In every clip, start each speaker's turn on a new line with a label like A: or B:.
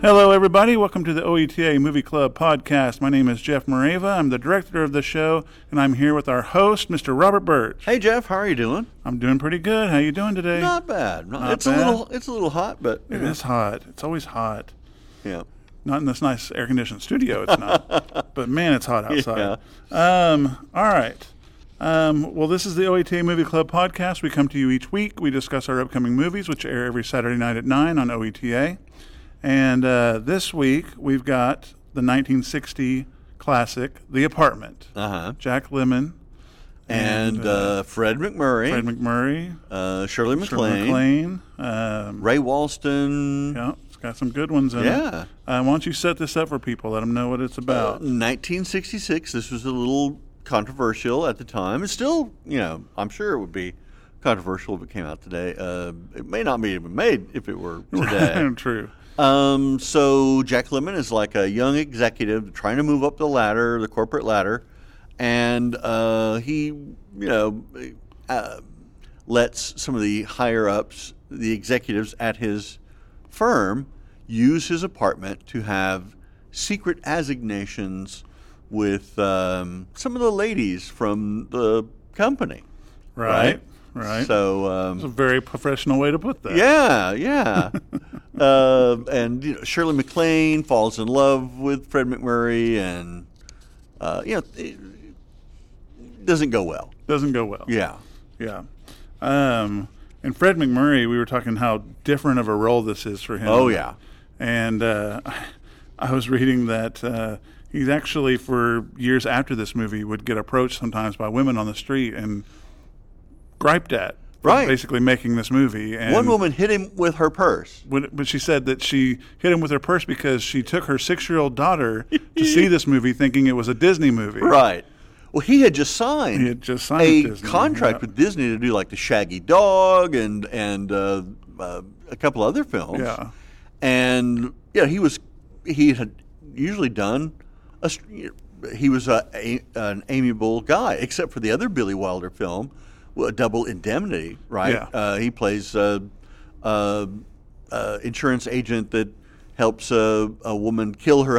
A: Hello, everybody. Welcome to the OETA Movie Club podcast. My name is Jeff Moreva. I'm the director of the show, and I'm here with our host, Mr. Robert Birch.
B: Hey Jeff, how are you doing?
A: I'm doing pretty good. How you doing today?
B: Not bad. Not-
A: Not
B: it's
A: bad.
B: a little it's a little hot, but
A: It is hot. It's always hot.
B: yeah.
A: Not in this nice air-conditioned studio. It's not. but man, it's hot outside. Um, all right. Um, well, this is the OETA Movie Club podcast. We come to you each week. We discuss our upcoming movies, which air every Saturday night at nine on OETA. And uh, this week we've got the 1960 classic, The Apartment.
B: Uh-huh.
A: Jack Lemmon,
B: And, uh, Fred McMurray,
A: Fred McMurray,
B: uh, Shirley MacLaine,
A: McLean. Um,
B: Ray Walston,
A: yeah, it's got some good ones in it.
B: Yeah.
A: Uh, why don't you set this up for people? Let them know what it's about.
B: 1966. This was a little controversial at the time. It's still, you know, I'm sure it would be controversial if it came out today. Uh, it may not be even made if it were today.
A: True.
B: Um, so Jack Lemmon is like a young executive trying to move up the ladder, the corporate ladder, and uh, he, you know, uh, lets some of the higher ups, the executives at his firm, use his apartment to have secret assignations with um, some of the ladies from the company.
A: Right. Right.
B: So um,
A: That's a very professional way to put that.
B: yeah, yeah. uh, and you know, Shirley MacLaine falls in love with Fred McMurray, and uh, you know, it it doesn't go well.
A: Doesn't go well.
B: Yeah,
A: Yeah. Um, and Fred McMurray, we were talking how different of a role this is for him.
B: Oh, yeah.
A: And uh, I was reading that uh, he's actually, for years after this movie, would get approached sometimes by women on the street and griped at. for
B: Right.
A: Basically making this movie. And
B: one woman hit him with her purse.
A: when, but she said that she hit him with her purse because she took her six-year-old daughter to see this movie, thinking it was a Disney movie.
B: Right. Well, he had just signed.
A: He had just signed
B: a
A: with Disney,
B: contract
A: yeah.
B: with Disney to do like the Shaggy Dog and and uh, uh, a couple other films.
A: Yeah.
B: and yeah, he was he had usually done a str- he was a, a, an amiable guy, except for the other Billy Wilder film, well, Double Indemnity. Right,
A: Yeah.
B: uh, he plays a, uh uh insurance agent that helps a, a woman kill her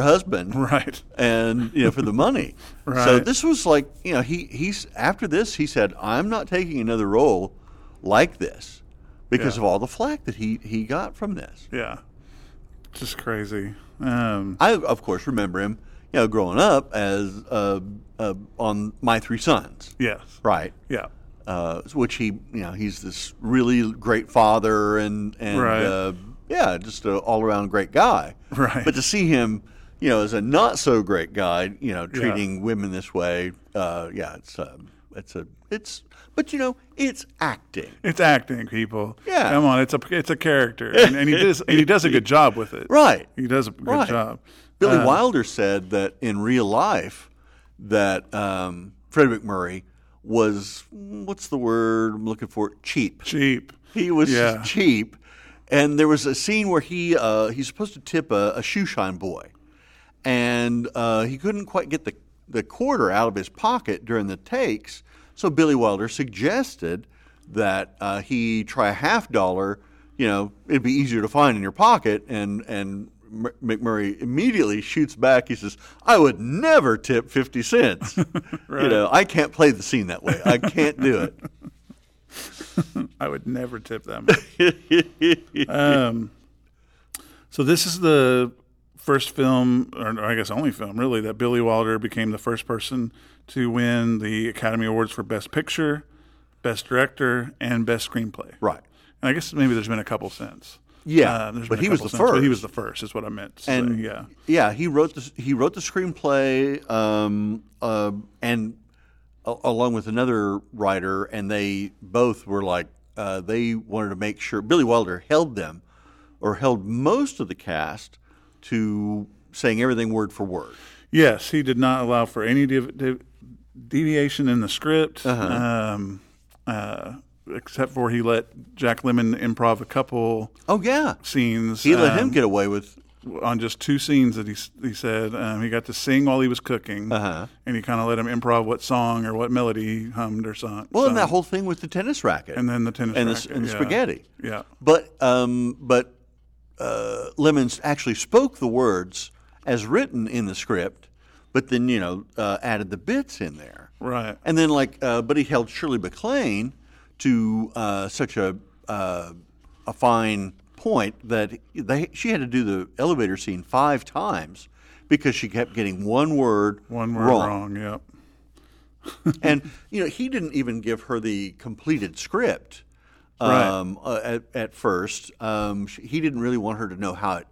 B: husband
A: Right.
B: and you know for the money. So
A: Right.
B: this was like you know he he's after this he said I'm not taking another role like this because
A: Yeah.
B: of all the flack that he he got from this.
A: Yeah. Just crazy. Um,
B: I of course remember him you know growing up as uh, uh, on My Three Sons,
A: yes.
B: right?
A: Yeah.
B: Uh, which he you know he's this really great father and and
A: Right.
B: uh, yeah just an all around great guy.
A: Right.
B: But to see him. You know, as a not so great guy, you know, treating women this way, uh, yeah, it's a, it's a, it's, but you know, it's acting,
A: It's acting, people.
B: Yeah.
A: Come on, it's a it's a character, and, and he does and he does a good job with it.
B: right?
A: He does a good
B: Right.
A: job. Uh.
B: Billy Wilder said that in real life, that um, Fred McMurray was what's the word I'm looking for? Cheap.
A: Cheap.
B: He was
A: Yeah.
B: cheap, and there was a scene where he uh, he's supposed to tip a, a shoe shine boy, and uh, he couldn't quite get the the quarter out of his pocket during the takes. So Billy Wilder suggested that uh, he try a half dollar. You know, it'd be easier to find in your pocket. And and M- McMurray immediately shoots back. He says, "I would never tip fifty cents. You know, I can't play the scene that way. I can't do it."
A: I would never tip that much. um, so this is the first film, or, or I guess only film, really, that Billy Wilder became the first person to win the Academy Awards for Best Picture, Best Director, and Best Screenplay.
B: Right.
A: And I guess maybe there's been a couple since.
B: Yeah,
A: Uh, Um, there's
B: but
A: been a
B: he was
A: couple
B: the
A: since, But he
B: first.
A: was the first. Is what I meant. to say,
B: and
A: yeah,
B: he wrote the he wrote the screenplay, um, uh, and a- along with another writer, and they both were like uh, they wanted to make sure Billy Wilder held them, or held most of the cast to saying everything word for word.
A: yes, he did not allow for any div- div- deviation in the script,
B: Uh-huh.
A: um, uh, except for he let Jack Lemmon improv a couple
B: Oh yeah,
A: scenes.
B: he let
A: um,
B: him get away with
A: on just two scenes that he s- he said um, he got to sing while he was cooking,
B: Uh-huh.
A: and he kind of let him improv what song or what melody he hummed or sung.
B: well, and
A: sung,
B: that whole thing with the tennis racket
A: and then the tennis
B: and the,
A: racket,
B: and the
A: yeah.
B: spaghetti.
A: Yeah,
B: But um, but uh, Lemons actually spoke the words as written in the script, but then you know uh, added the bits in there.
A: Right.
B: And then like, uh, but he held Shirley MacLaine to uh, such a uh, a fine point that they she had to do the elevator scene five times because she kept getting one word
A: One word wrong. Yep.
B: and you know he didn't even give her the completed script
A: Right.
B: um, uh, at, at first um, sh he didn't really want her to know how it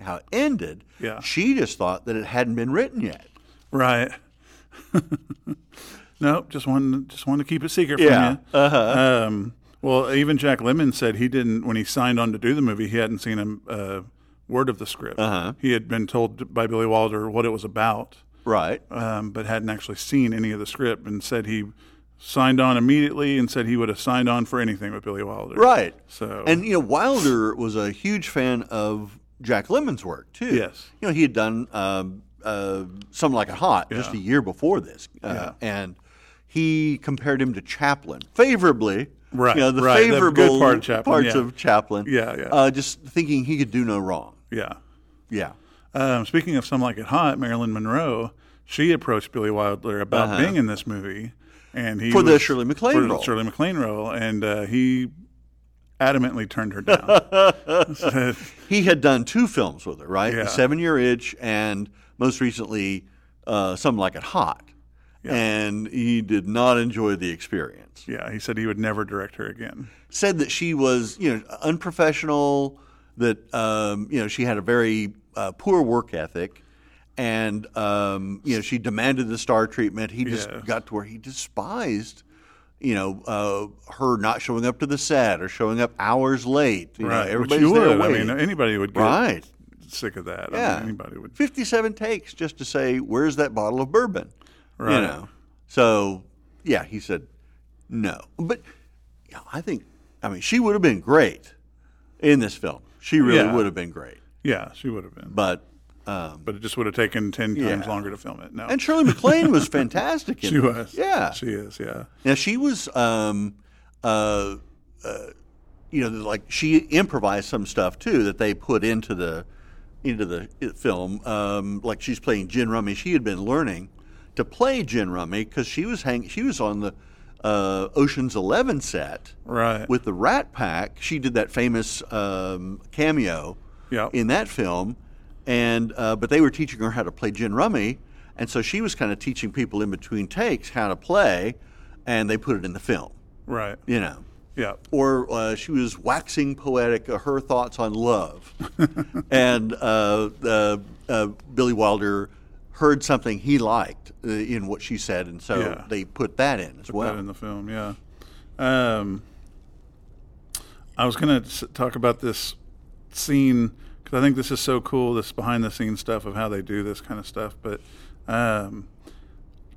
B: how it ended
A: Yeah.
B: she just thought that it hadn't been written yet
A: Right. nope. Just wanted just wanted to keep it secret
B: Yeah, uh-huh.
A: from you. Um, well, even Jack Lemmon said he didn't when he signed on to do the movie. He hadn't seen a uh, word of the script. Uh-huh. He had been told by Billy Wilder what it was about,
B: right
A: um, but hadn't actually seen any of the script. And said he signed on immediately, and said he would have signed on for anything with Billy Wilder.
B: right
A: So
B: and you know wilder was a huge fan of jack lemon's work too
A: Yes.
B: you know he had done um, uh, something like a hot just a year before this uh, and he compared him to chaplin favorably
A: Right,
B: you know the
A: right, the good
B: favorable
A: part of Chaplin,
B: parts
A: yeah.
B: of chaplin
A: Yeah, yeah.
B: Uh, just thinking he could do no wrong
A: yeah.
B: yeah
A: Um, speaking of Some Like It Hot, Marilyn Monroe, she approached Billy Wilder about being in this movie, and he
B: Uh-huh. For the
A: was-
B: Shirley MacLaine
A: for the
B: role.
A: Shirley MacLaine role, and uh, he adamantly turned her down. Said,
B: he had done two films with her right
A: Yeah.
B: The seven year itch and most recently uh, something like it hot and he did not enjoy the experience
A: yeah, he said he would never direct her again.
B: said that she was you know unprofessional that um, you know she had a very uh, poor work ethic and um, you know she demanded the star treatment he just
A: Yes.
B: got to where he despised you know uh, her not showing up to the set or showing up hours late you know,
A: Which
B: everybody's
A: you
B: there
A: would. I
B: waiting.
A: mean, uh, anybody would get
B: right
A: sick of that. I
B: yeah
A: mean, anybody would.
B: 57 takes just to say where's that bottle of bourbon you
A: Right.
B: know so yeah he said no but yeah, i think i mean she would have been great in this film she really
A: Yeah.
B: would have been great
A: Yeah, she would have been,
B: but um,
A: but it just would have taken ten times
B: Yeah.
A: longer to film it. No,
B: and shirley mclaine was fantastic in
A: she
B: it.
A: was.
B: yeah
A: she is. Yeah,
B: now she was um, uh, uh, you know like she improvised some stuff too that they put into the into the uh, film um, like she's playing gin rummy she had been learning to play gin rummy because she was hang- she was on the uh, oceans 11 set
A: right.
B: with the rat pack she did that famous um, cameo
A: Yeah.
B: in that film and uh, but they were teaching her how to play gin rummy and so she was kind of teaching people in between takes how to play and they put it in the film
A: right.
B: you know
A: Yeah.
B: or uh, she was waxing poetic uh, her thoughts on love and uh, uh, uh, billy wilder heard something he liked uh, in what she said and so
A: Yeah.
B: they put that in as well
A: that in the film. Yeah. Um, I was going to talk about this scene because I think this is so cool. This behind the scenes stuff of how they do this kind of stuff, but um,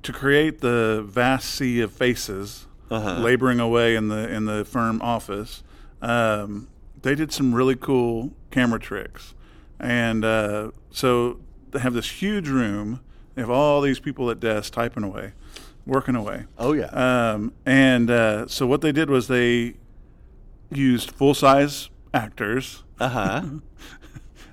A: to create the vast sea of faces laboring away in the in the firm office, um, they did some really cool camera tricks, and uh, so they have this huge room. They have all these people at desks typing away, working away.
B: oh yeah
A: Um, and uh, so what they did was they used full size actors
B: uh-huh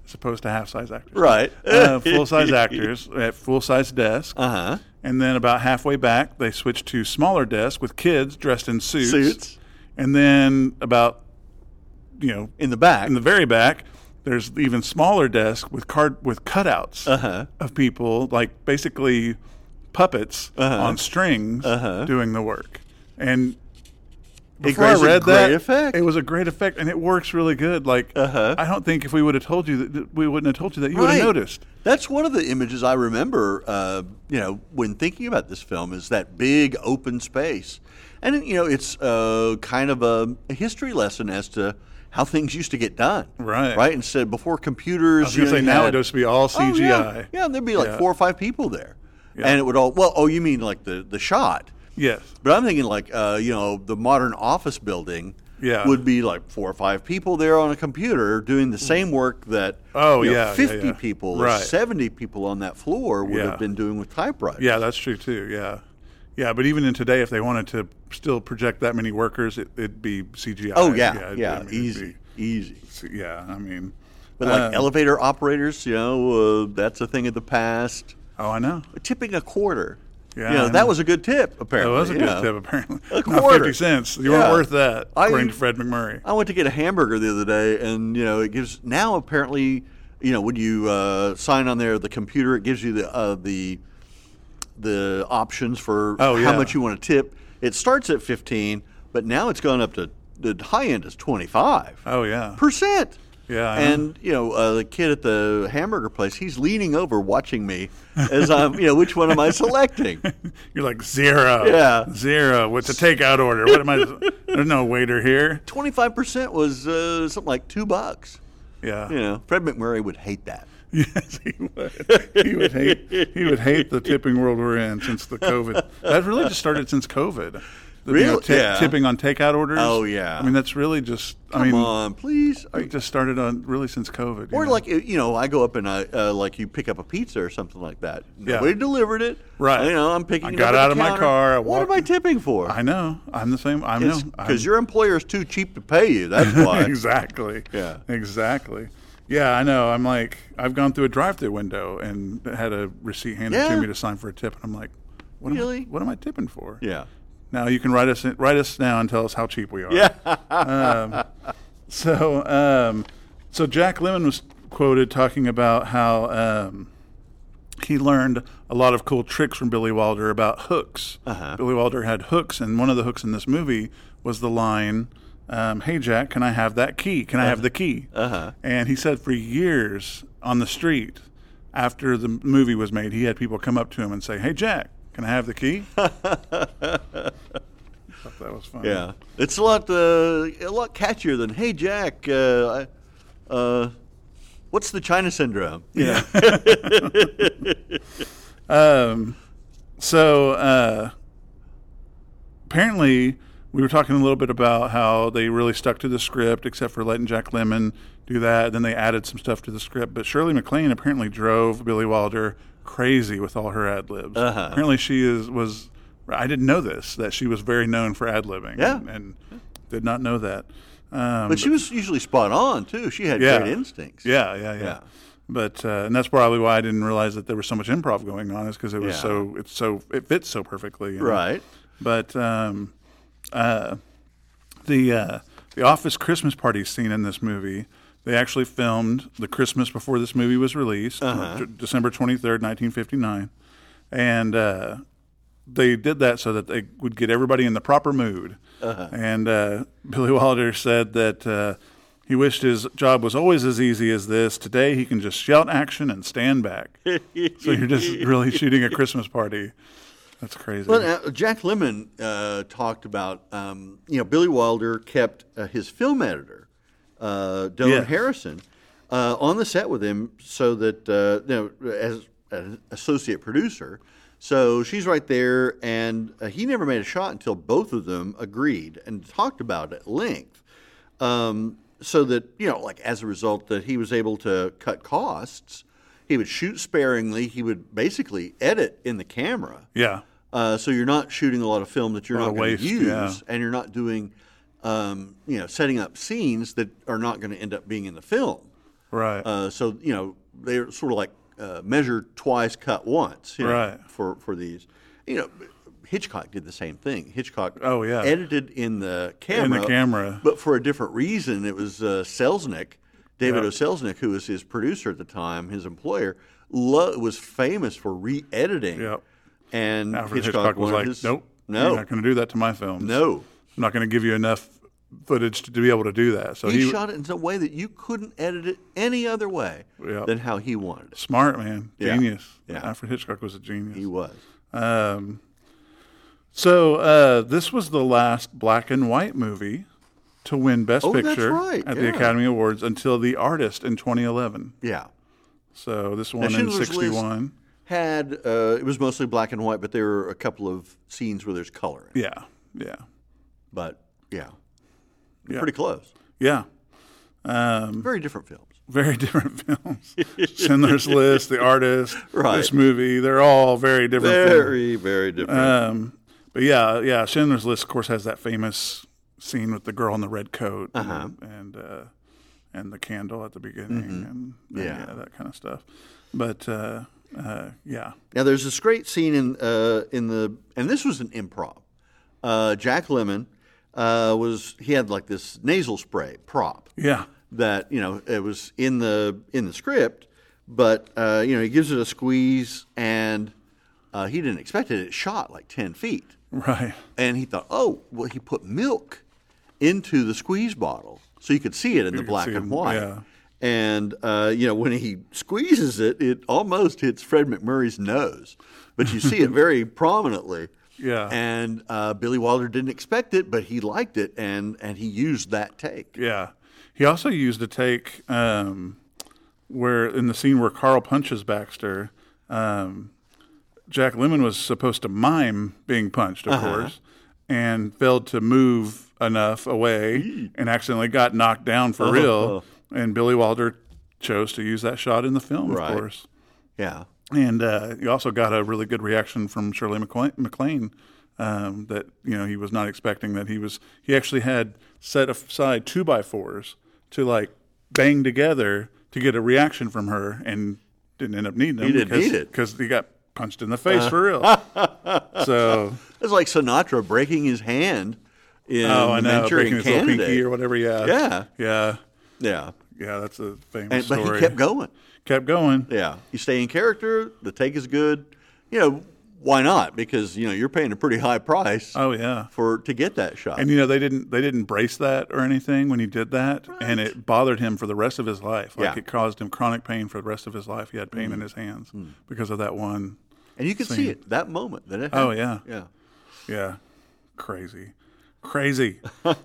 A: as opposed to half size actors.
B: right
A: Uh, full size actors at full size desk.
B: uh-huh
A: And then about halfway back, they switched to smaller desk with kids dressed in suits.
B: Suits.
A: And then about, you know,
B: in the back
A: in the very back, there's even smaller desk with card with cutouts
B: Uh-huh.
A: of people, like basically puppets
B: Uh-huh.
A: on strings doing the work. And before I
B: creates a
A: read that,
B: great effect. Uh-huh.
A: it was a great effect, and it works really good. Like I don't think if we would have told you that- that we wouldn't have told you that you would
B: Right.
A: have noticed.
B: That's one of the images I remember. Uh, you know, when thinking about this film, is that big open space, and you know, it's uh, kind of a, a history lesson as to how things used to get done.
A: Right.
B: Right. Instead, before computers,
A: I was gonna
B: you know,
A: say
B: you
A: now it
B: had-
A: has to be all
B: Oh,
A: CGI.
B: yeah. yeah, there'd be like
A: Yeah.
B: four or five people there,
A: Yeah.
B: and it would all. Well, oh, you mean like the the shot?
A: Yes.
B: But I'm thinking like uh, you know the modern office building
A: Yeah. Hmm.
B: would be like four or five people there on a computer doing the same work that
A: Oh,
B: you know,
A: yeah, yeah,
B: 50
A: yeah.
B: people or
A: Right.
B: 70 people on that floor would
A: Yeah.
B: have been doing with typewriters.
A: Yeah, that's true too. Yeah, yeah. But even in today, if they wanted to still project that many workers, it, it'd be CGI.
B: Oh yeah,
A: it'd-
B: yeah,
A: I mean, it'd
B: easy,
A: be- Um,
B: easy.
A: yeah, I mean,
B: But like elevator operators, you know, uh, that's a thing of the past.
A: Oh, I know.
B: Tipping a quarter.
A: Yeah,
B: You know,
A: I
B: that
A: know.
B: was a good tip,
A: That
B: apparently.
A: was a
B: you
A: good
B: know.
A: tip, apparently.
B: A
A: Not
B: quarter.
A: 50 cents. You
B: Yeah.
A: weren't worth that,
B: I-
A: according to Fred McMurray.
B: I went to get a hamburger the other day, and you know it gives now apparently, you know when you uh, sign on there the computer it gives you the uh, the the options for
A: Oh,
B: how
A: yeah.
B: much you want to tip. It starts at fifteen, but now it's gone up to the high end is twenty five
A: Oh, yeah.
B: percent.
A: Yeah, I know.
B: and you know uh, the kid at the hamburger place, he's leaning over watching me as I'm, you know, which one am I selecting?
A: You're like, zero.
B: Yeah.
A: Zero. What's a takeout order? What am I? There's no waiter here.
B: Twenty five percent was uh, something like two bucks.
A: Yeah.
B: You know, Fred McMurray would hate that.
A: Yes, he would. He would hate. He would hate the tipping world we're in since the COVID. That really just started since COVID. The,
B: Really?
A: ti-
B: Yeah.
A: Tipping on takeout orders.
B: Oh, yeah.
A: I mean, that's really just. I
B: Come
A: mean,
B: on, please. Are you-
A: it just started on really since COVID. you
B: or
A: know?
B: like you know, I go up and I uh, like you pick up a pizza or something like that.
A: Yeah.
B: Nobody delivered it.
A: Right.
B: You know, I'm picking.
A: I
B: it
A: got
B: up at
A: out
B: the
A: of my
B: counter.
A: car, I
B: What am
A: walked-
B: I tipping for?
A: I know. I'm the same. I know. I'm-
B: Because your employer's too cheap to pay you. That's why.
A: exactly.
B: Yeah.
A: Exactly. Yeah, I know. I'm like, I've gone through a drive-through window and had a receipt handed
B: Yeah.
A: to me to sign for a tip, and I'm like, what
B: Really?
A: Am I, what am I tipping for?
B: Yeah.
A: Now you can write us write us now and tell us how cheap we are.
B: Yeah.
A: So, um, so Jack Lemon was quoted talking about how um, he learned a lot of cool tricks from Billy Wilder about hooks.
B: Uh-huh.
A: Billy Wilder had hooks, and one of the hooks in this movie was the line, um, "Hey Jack, can I have that key? Can I have the key?"
B: Uh-huh.
A: And he said for years on the street after the movie was made, he had people come up to him and say, "Hey Jack, can I have the key?" I thought that was funny.
B: Yeah. It's a lot uh, a lot catchier than Hey Jack. Uh, I, uh, what's the China syndrome?
A: Yeah. um, so uh, apparently, we were talking a little bit about how they really stuck to the script, except for letting Jack Lemmon do that. Then they added some stuff to the script. But Shirley MacLaine apparently drove Billy Wilder crazy with all her ad libs.
B: Uh-huh.
A: Apparently, she is was. I didn't know this that she was very known for ad libbing.
B: Yeah.
A: and, and did not know that. Um,
B: But she was usually spot on too. She had
A: Yeah.
B: great instincts.
A: yeah, yeah, yeah.
B: Yeah.
A: But uh, and that's probably why I didn't realize that there was so much improv going on, is because it was
B: Yeah.
A: so it's so it fits so perfectly. you know?
B: Right.
A: But um, uh, the uh, the office Christmas party scene in this movie, they actually filmed the Christmas before this movie was released, De- December twenty third, nineteen fifty nine, and. Uh, they did that so that they would get everybody in the proper mood. And uh, Billy Wilder said that uh, he wished his job was always as easy as this. Today he can just shout action and stand back. so you're just really shooting a Christmas party. That's crazy.
B: Well, uh, Jack Lemmon uh, talked about um, you know Billy Wilder kept uh, his film editor uh, Dylan
A: Yes.
B: Harrison uh, on the set with him so that uh, you know as an associate producer. So she's right there, and uh, he never made a shot until both of them agreed and talked about it at length. Um, so that you know, like as a result, that he was able to cut costs. He would shoot sparingly. He would basically edit in the camera.
A: yeah.
B: Uh, so you're not shooting a lot of film that you're
A: lot
B: not
A: of
B: going
A: waste,
B: to use,
A: yeah.
B: and you're not doing, um, you know, setting up scenes that are not going to end up being in the film.
A: Right.
B: Uh, so you know they're sort of like uh, measure twice, cut once. you know,
A: Right.
B: For for these, you know, Hitchcock did the same thing. Hitchcock.
A: Oh, yeah.
B: Edited in the camera.
A: camera.
B: But for a different reason, it was uh, Selznick, David
A: Yeah.
B: O. Selznick, who was his producer at the time, his employer, lo- was famous for re-editing.
A: Yep.
B: And
A: Alfred
B: Hitchcock,
A: Hitchcock, was
B: wanted
A: like,
B: his-
A: nope.
B: no,
A: You're not going to do that to my films.
B: no.
A: I'm not going to give you enough footage to, to be able to do that. So
B: He,
A: he,
B: shot it in a way that you couldn't edit it any other way
A: Yep.
B: than how he wanted it.
A: smart, man.
B: Yeah.
A: Genius.
B: Yeah.
A: Alfred Hitchcock was a genius.
B: He was.
A: Um, so uh, this was the last black and white movie to win Best
B: Oh, that's
A: Picture
B: right,
A: at the
B: yeah.
A: Academy Awards until The Artist in 2011.
B: Yeah.
A: So this one in
B: Schindler's List-
A: 61.
B: had uh, it was mostly black and white, but there were a couple of scenes where there's color. In it.
A: Yeah, yeah,
B: But yeah,
A: Yeah.
B: pretty close.
A: yeah.
B: Very different films.
A: Very different films. Schindler's List, The Artist,
B: Right.
A: this movie. They're all very different. films.
B: Very very different.
A: Um, but yeah, yeah. Schindler's List, of course, has that famous scene with the girl in the red coat, and, and uh, and the candle at the beginning and uh,
B: Yeah.
A: that kind of stuff. But uh, uh, yeah,
B: Now, there's this great scene in uh, in the, and this was an improv. Uh, Jack Lemon uh, was he had like this nasal spray prop
A: yeah,
B: that you know it was in the in the script, but uh, you know he gives it a squeeze and uh, he didn't expect it. It shot like ten feet,
A: right.
B: and he thought, oh, well, he put milk into the squeeze bottle so you could see it in the
A: could
B: black
A: see
B: and
A: it,
B: white.
A: yeah.
B: And uh, you know when he squeezes it, it almost hits Fred McMurray's nose, but you see it very prominently.
A: Yeah.
B: And uh, Billy Wilder didn't expect it, but he liked it, and and he used that take.
A: Yeah. He also used a take um, where in the scene where Carl punches Baxter, um, Jack Lemon was supposed to mime being punched, of course, and failed to move enough away and accidentally got knocked down for real. And Billy Wilder chose to use that shot in the film,
B: Right.
A: of course.
B: Yeah.
A: And uh, you also got a really good reaction from Shirley McLean, MacLaine um, that you know he was not expecting that he was. He actually had set aside two by fours to like bang together to get a reaction from her, and didn't end up needing them.
B: didn't
A: because,
B: need it.
A: because he got punched in the face for real. so
B: It's like Sinatra breaking his hand in
A: oh, I
B: the
A: know,
B: Manchurian
A: breaking his little
B: Candidate.
A: pinky or whatever. Yeah,
B: Yeah.
A: yeah,
B: yeah,
A: yeah. That's a famous
B: and, but
A: story.
B: he kept going.
A: Kept going.
B: Yeah, you stay in character. The take is good. You know why not? Because you know you're paying a pretty high price
A: Oh yeah.
B: for to get that shot.
A: And you know they didn't they didn't brace that or anything when he did that, and it bothered him for the rest of his life. Like
B: Yeah. Mm.
A: it caused him chronic pain for the rest of his life. He had pain in his hands because of that one.
B: And you can see it that moment that it. Happened.
A: Oh yeah,
B: yeah.
A: yeah, crazy, crazy. um,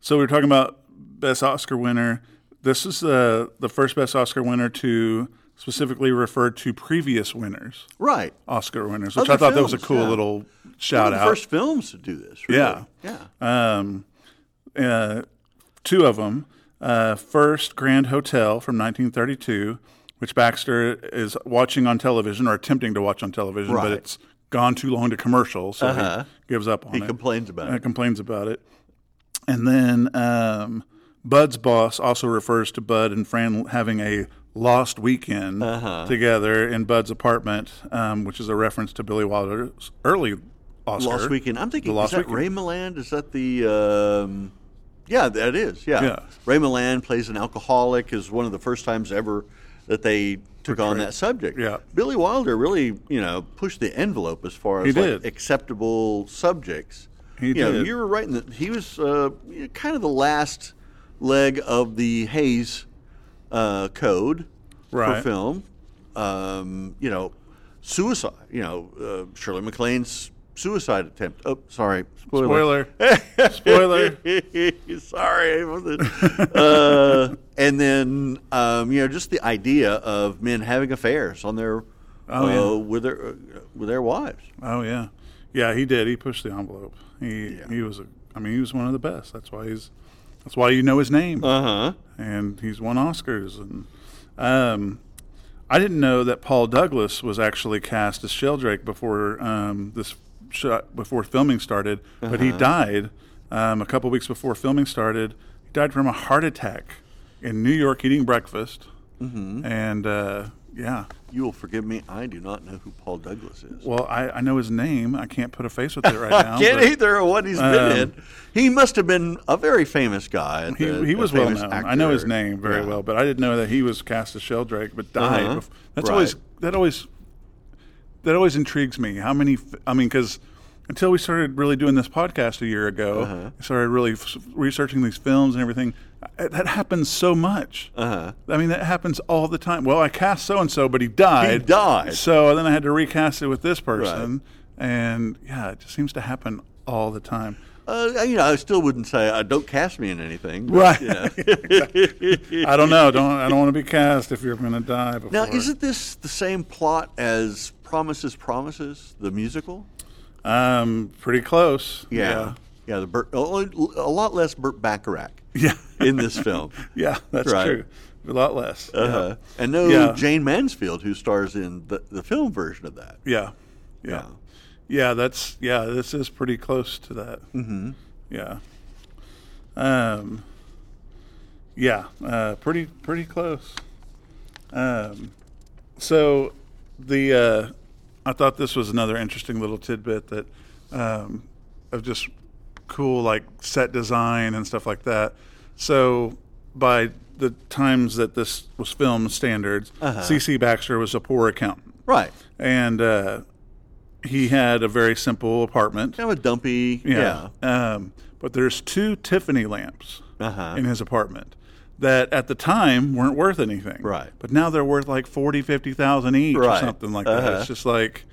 A: so we were talking about best Oscar winner. This is the the first best Oscar winner to specifically refer to previous winners,
B: Right.
A: Oscar winners, which I
B: Other
A: thought that was a
B: films,
A: cool
B: yeah.
A: little
B: One
A: shout
B: of the
A: out.
B: first films to do this. Really.
A: Yeah.
B: Yeah.
A: um, uh, two of them. Uh, first, Grand Hotel from 1932, which Baxter is watching on television or attempting to watch on television,
B: Right. Uh-huh.
A: but it's gone too long to commercial, so he gives up on
B: He
A: it.
B: complains about
A: Uh,
B: it.
A: complains about it. And then um, Bud's boss also refers to Bud and Fran having a lost weekend
B: Uh-huh.
A: together in Bud's apartment, um, which is a reference to Billy Wilder's early Oscar.
B: Lost Weekend. I'm thinking.
A: The Lost
B: is that
A: Weekend.
B: Ray Milland? Is that the? Um, yeah, that is. Yeah.
A: Yeah.
B: Ray Milland plays an alcoholic. Is one of the first times ever that they took on that subject.
A: Yeah.
B: Billy Wilder really, you know, pushed the envelope as far as
A: He
B: like,
A: did.
B: acceptable subjects.
A: He
B: you Know,
A: did.
B: you were right in that he was uh, you know, kind of the last leg of the Hayes uh, Code for
A: Right.
B: film. Um, you know, suicide. You know, uh, Shirley MacLaine's suicide attempt. Oh, sorry, spoiler.
A: Spoiler. Spoiler.
B: sorry. I wasn't- uh, and then um, you know, just the idea of men having affairs on their uh, with their uh, with their wives.
A: Oh yeah, yeah. He did. He pushed the envelope. He
B: Yeah.
A: he was. A, I mean, he was one of the best. That's why he's. That's why you know his name,
B: Uh huh.
A: and he's won Oscars. And um, I didn't know that Paul Douglas was actually cast as Sheldrake before um, this shot before filming started, but
B: Uh-huh.
A: he died um, a couple weeks before filming started. He died from a heart attack in New York eating breakfast,
B: Mm-hmm.
A: and uh, yeah.
B: You will forgive me. I do not know who Paul Douglas is.
A: Well, I, I know his name. I can't put a face with it right now.
B: Can't
A: but- um,
B: either of what he's been in. He must have been a very famous guy. at
A: He,
B: the-
A: he
B: a
A: was well
B: famous
A: known. I know his
B: actor.
A: name very
B: Yeah.
A: well, but I didn't know that he was cast as Sheldrake, but died.
B: Uh-huh.
A: bef- That's
B: Right.
A: always that always that always intrigues me. How many? f- I mean, because until we started really doing this podcast a year ago,
B: Uh-huh.
A: I started really f- researching these films and everything. I, that happens so much. Uh-huh. I mean, that happens all the time. Well, I cast so and so, but he died.
B: died.
A: So then I had to recast it with this person, and yeah, it just seems to happen all the time.
B: Uh, you know, I still wouldn't say I don't cast me in anything. but,
A: Right.
B: you know.
A: I don't know. Don't I don't want to be cast if you're going to die before.
B: now, isn't this the same plot as Promises, Promises, the musical?
A: Um, pretty close.
B: Yeah, the Burt, a a lot less Burt Bacharach
A: Yeah. Yeah.
B: in this film.
A: Yeah, that's
B: Right.
A: true. A lot less. Yeah.
B: Uh, And no
A: Yeah.
B: Jane Mansfield, who stars in the, the film version of that.
A: Yeah. yeah. Yeah. That's yeah. This is pretty close to that. Mm-hmm. Yeah. Um. Yeah, uh, pretty pretty close. Um, so the uh, I thought this was another interesting little tidbit that um, of just cool like set design and stuff like that. So by the times that this was filmed standards, CC Baxter was a poor accountant,
B: Right.
A: and uh, he had a very simple apartment.
B: Kind of a dumpy. Yeah.
A: Um, but there's two Tiffany lamps
B: Uh-huh.
A: in his apartment that at the time weren't worth anything.
B: Right.
A: But now they're worth like 40, 50,000 each or
B: Right.
A: something like that.
B: Uh-huh.
A: It's just like,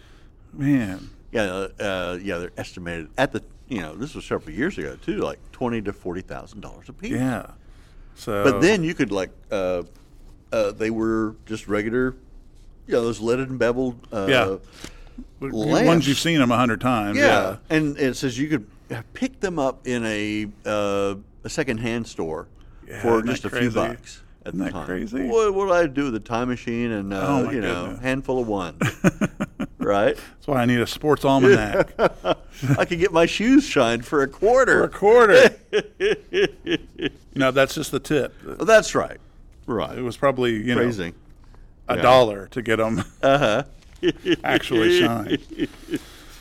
A: man,
B: Yeah. Uh, uh, yeah. They're estimated at the you know this was several years ago too, like twenty to forty thousand dollars a piece.
A: yeah. So
B: But then you could like uh, uh, they were just regular, you know, those leaded and beveled. Uh,
A: Yeah.
B: lamps-
A: ones you've seen them a hundred times.
B: Yeah. And it says you could pick them up in a uh, a secondhand store
A: Yeah,
B: for
A: isn't that
B: just a few
A: crazy?
B: bucks. At
A: Isn't
B: the
A: that
B: time.
A: crazy?
B: What would I do with a time machine and uh,
A: Oh, my
B: you know
A: goodness.
B: handful of one? right.
A: That's why I need a sports almanac.
B: I could get my shoes shined for a quarter.
A: For a quarter. no, that's just the tip.
B: Well, that's right.
A: It
B: Right.
A: was probably, you know,
B: Crazy.
A: a
B: Yeah. Uh-huh.
A: dollar to get them actually shine.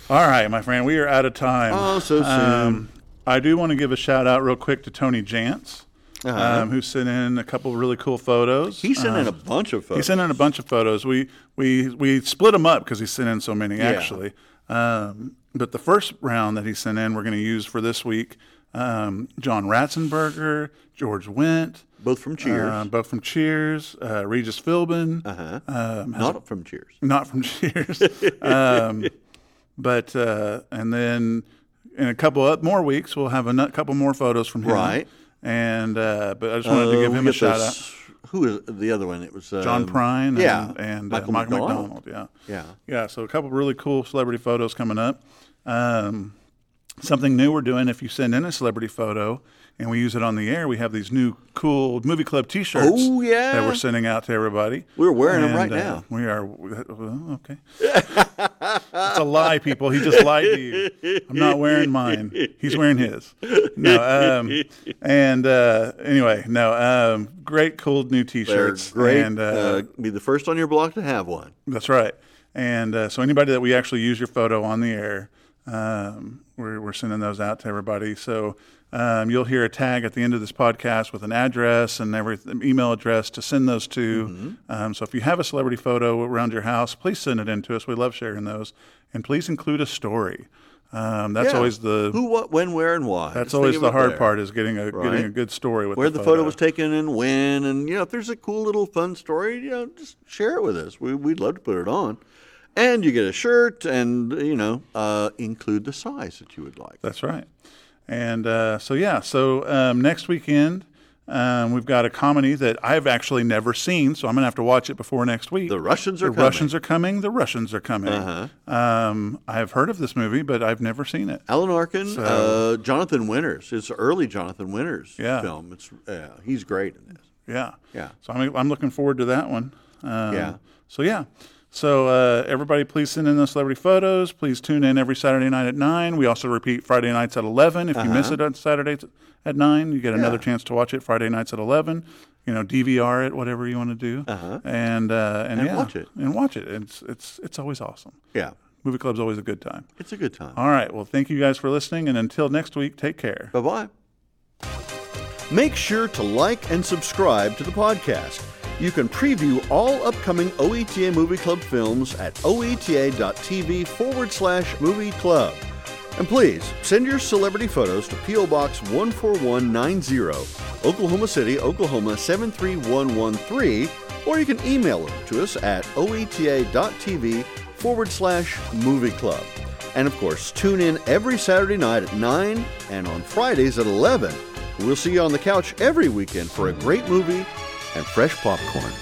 A: All right, my friend, we are out of time. Um,
B: Oh, so soon.
A: I do want to give a shout out real quick to Tony Jantz, um, who sent in a couple of really cool photos.
B: Uh-huh.
A: Um,
B: He sent in a bunch of
A: He
B: photos.
A: sent in a bunch of photos. We we we split them up because he sent in so many actually. Um, but the first round that he sent in, we're going to use for this week. Um, John Ratzenberger, George Wendt,
B: both from Cheers. Uh-huh.
A: uh, both from Cheers, uh, Regis Philbin,
B: Not from Cheers.
A: not from Cheers. um, but uh, and then in a couple of more weeks, we'll have a nu- couple more photos from him.
B: Right.
A: And uh, but I just wanted to give
B: we
A: him a
B: get
A: shout out.
B: this- Who is the other one? It was um,
A: John Prine,
B: yeah,
A: and, and
B: Michael
A: uh, Michael
B: McDonald.
A: McDonald. Yeah,
B: Yeah.
A: yeah. So a couple of really cool celebrity photos coming up. Um, something new we're doing. If you send in a celebrity photo and we use it on the air, we have these new cool movie club T-shirts.
B: Oh, yeah.
A: that we're sending out to everybody.
B: We're wearing
A: And,
B: 'em right
A: uh,
B: now.
A: we are. well, okay. it's a lie, people. He just lied to you. I'm not wearing mine. He's wearing his. No. Um, and uh, anyway, no. Um, great, cool new
B: They're
A: T-shirts.
B: great.
A: And,
B: uh, be the first on your block to have one.
A: that's right. And uh, so anybody that we actually use your photo on the air, um, we're, we're sending those out to everybody. So um, you'll hear a tag at the end of this podcast with an address and every email address to send those to.
B: Mm-hmm.
A: Um, so if you have a celebrity photo around your house, please send it in to us. We love sharing those, and please include a story. Um, that's
B: Yeah.
A: always the
B: Who, what, when, where, and why.
A: that's
B: Just
A: always
B: think
A: the
B: of it
A: hard
B: there.
A: part is getting a
B: Right.
A: getting a good story with
B: Where the photo was taken and when, and you know, if there's a cool little fun story, you know, just share it with us. We, we'd love to put it on, and you get a shirt, and you know, uh, include the size that you would like.
A: That's right. And uh, so, yeah, so um, next weekend, um, we've got a comedy that I've actually never seen, so I'm going to have to watch it before next week.
B: The Russians are
A: The
B: coming. Uh-huh.
A: Russians are coming. The Russians are coming. Um, I've heard of this movie, but I've never seen it.
B: Alan Arkin, uh, Jonathan Winters. It's early Jonathan Winters
A: Yeah.
B: film. It's yeah, he's great in this.
A: Yeah.
B: Yeah.
A: So I'm, I'm looking forward to that one. Um,
B: Yeah.
A: So, yeah. So, uh, everybody, please send in those celebrity photos. Please tune in every Saturday night at 9. We also repeat Friday nights at 11. If you miss it on Saturdays at 9, you get another
B: Uh-huh. Yeah.
A: chance to watch it Friday nights at 11. You know, DVR it, whatever you want to do, uh-huh. and uh, and, yeah,
B: watch it.
A: and watch it. It's it's it's always awesome.
B: Yeah,
A: Movie club's always a good time.
B: it's a good time.
A: All right, well, thank you guys for listening, and until next week, take care.
B: Bye bye. Make sure to like and subscribe to the podcast. You can preview all upcoming OETA Movie Club films at E oeta.tv forward slash movie club. And please send your celebrity photos to P.O. Box 14190, Oklahoma City, Oklahoma 73113, or you can email them to us at E oeta.tv forward slash movie club. And of course, tune in every Saturday night at 9 and on Fridays at 11. We'll see you on the couch every weekend for a great movie and fresh popcorn.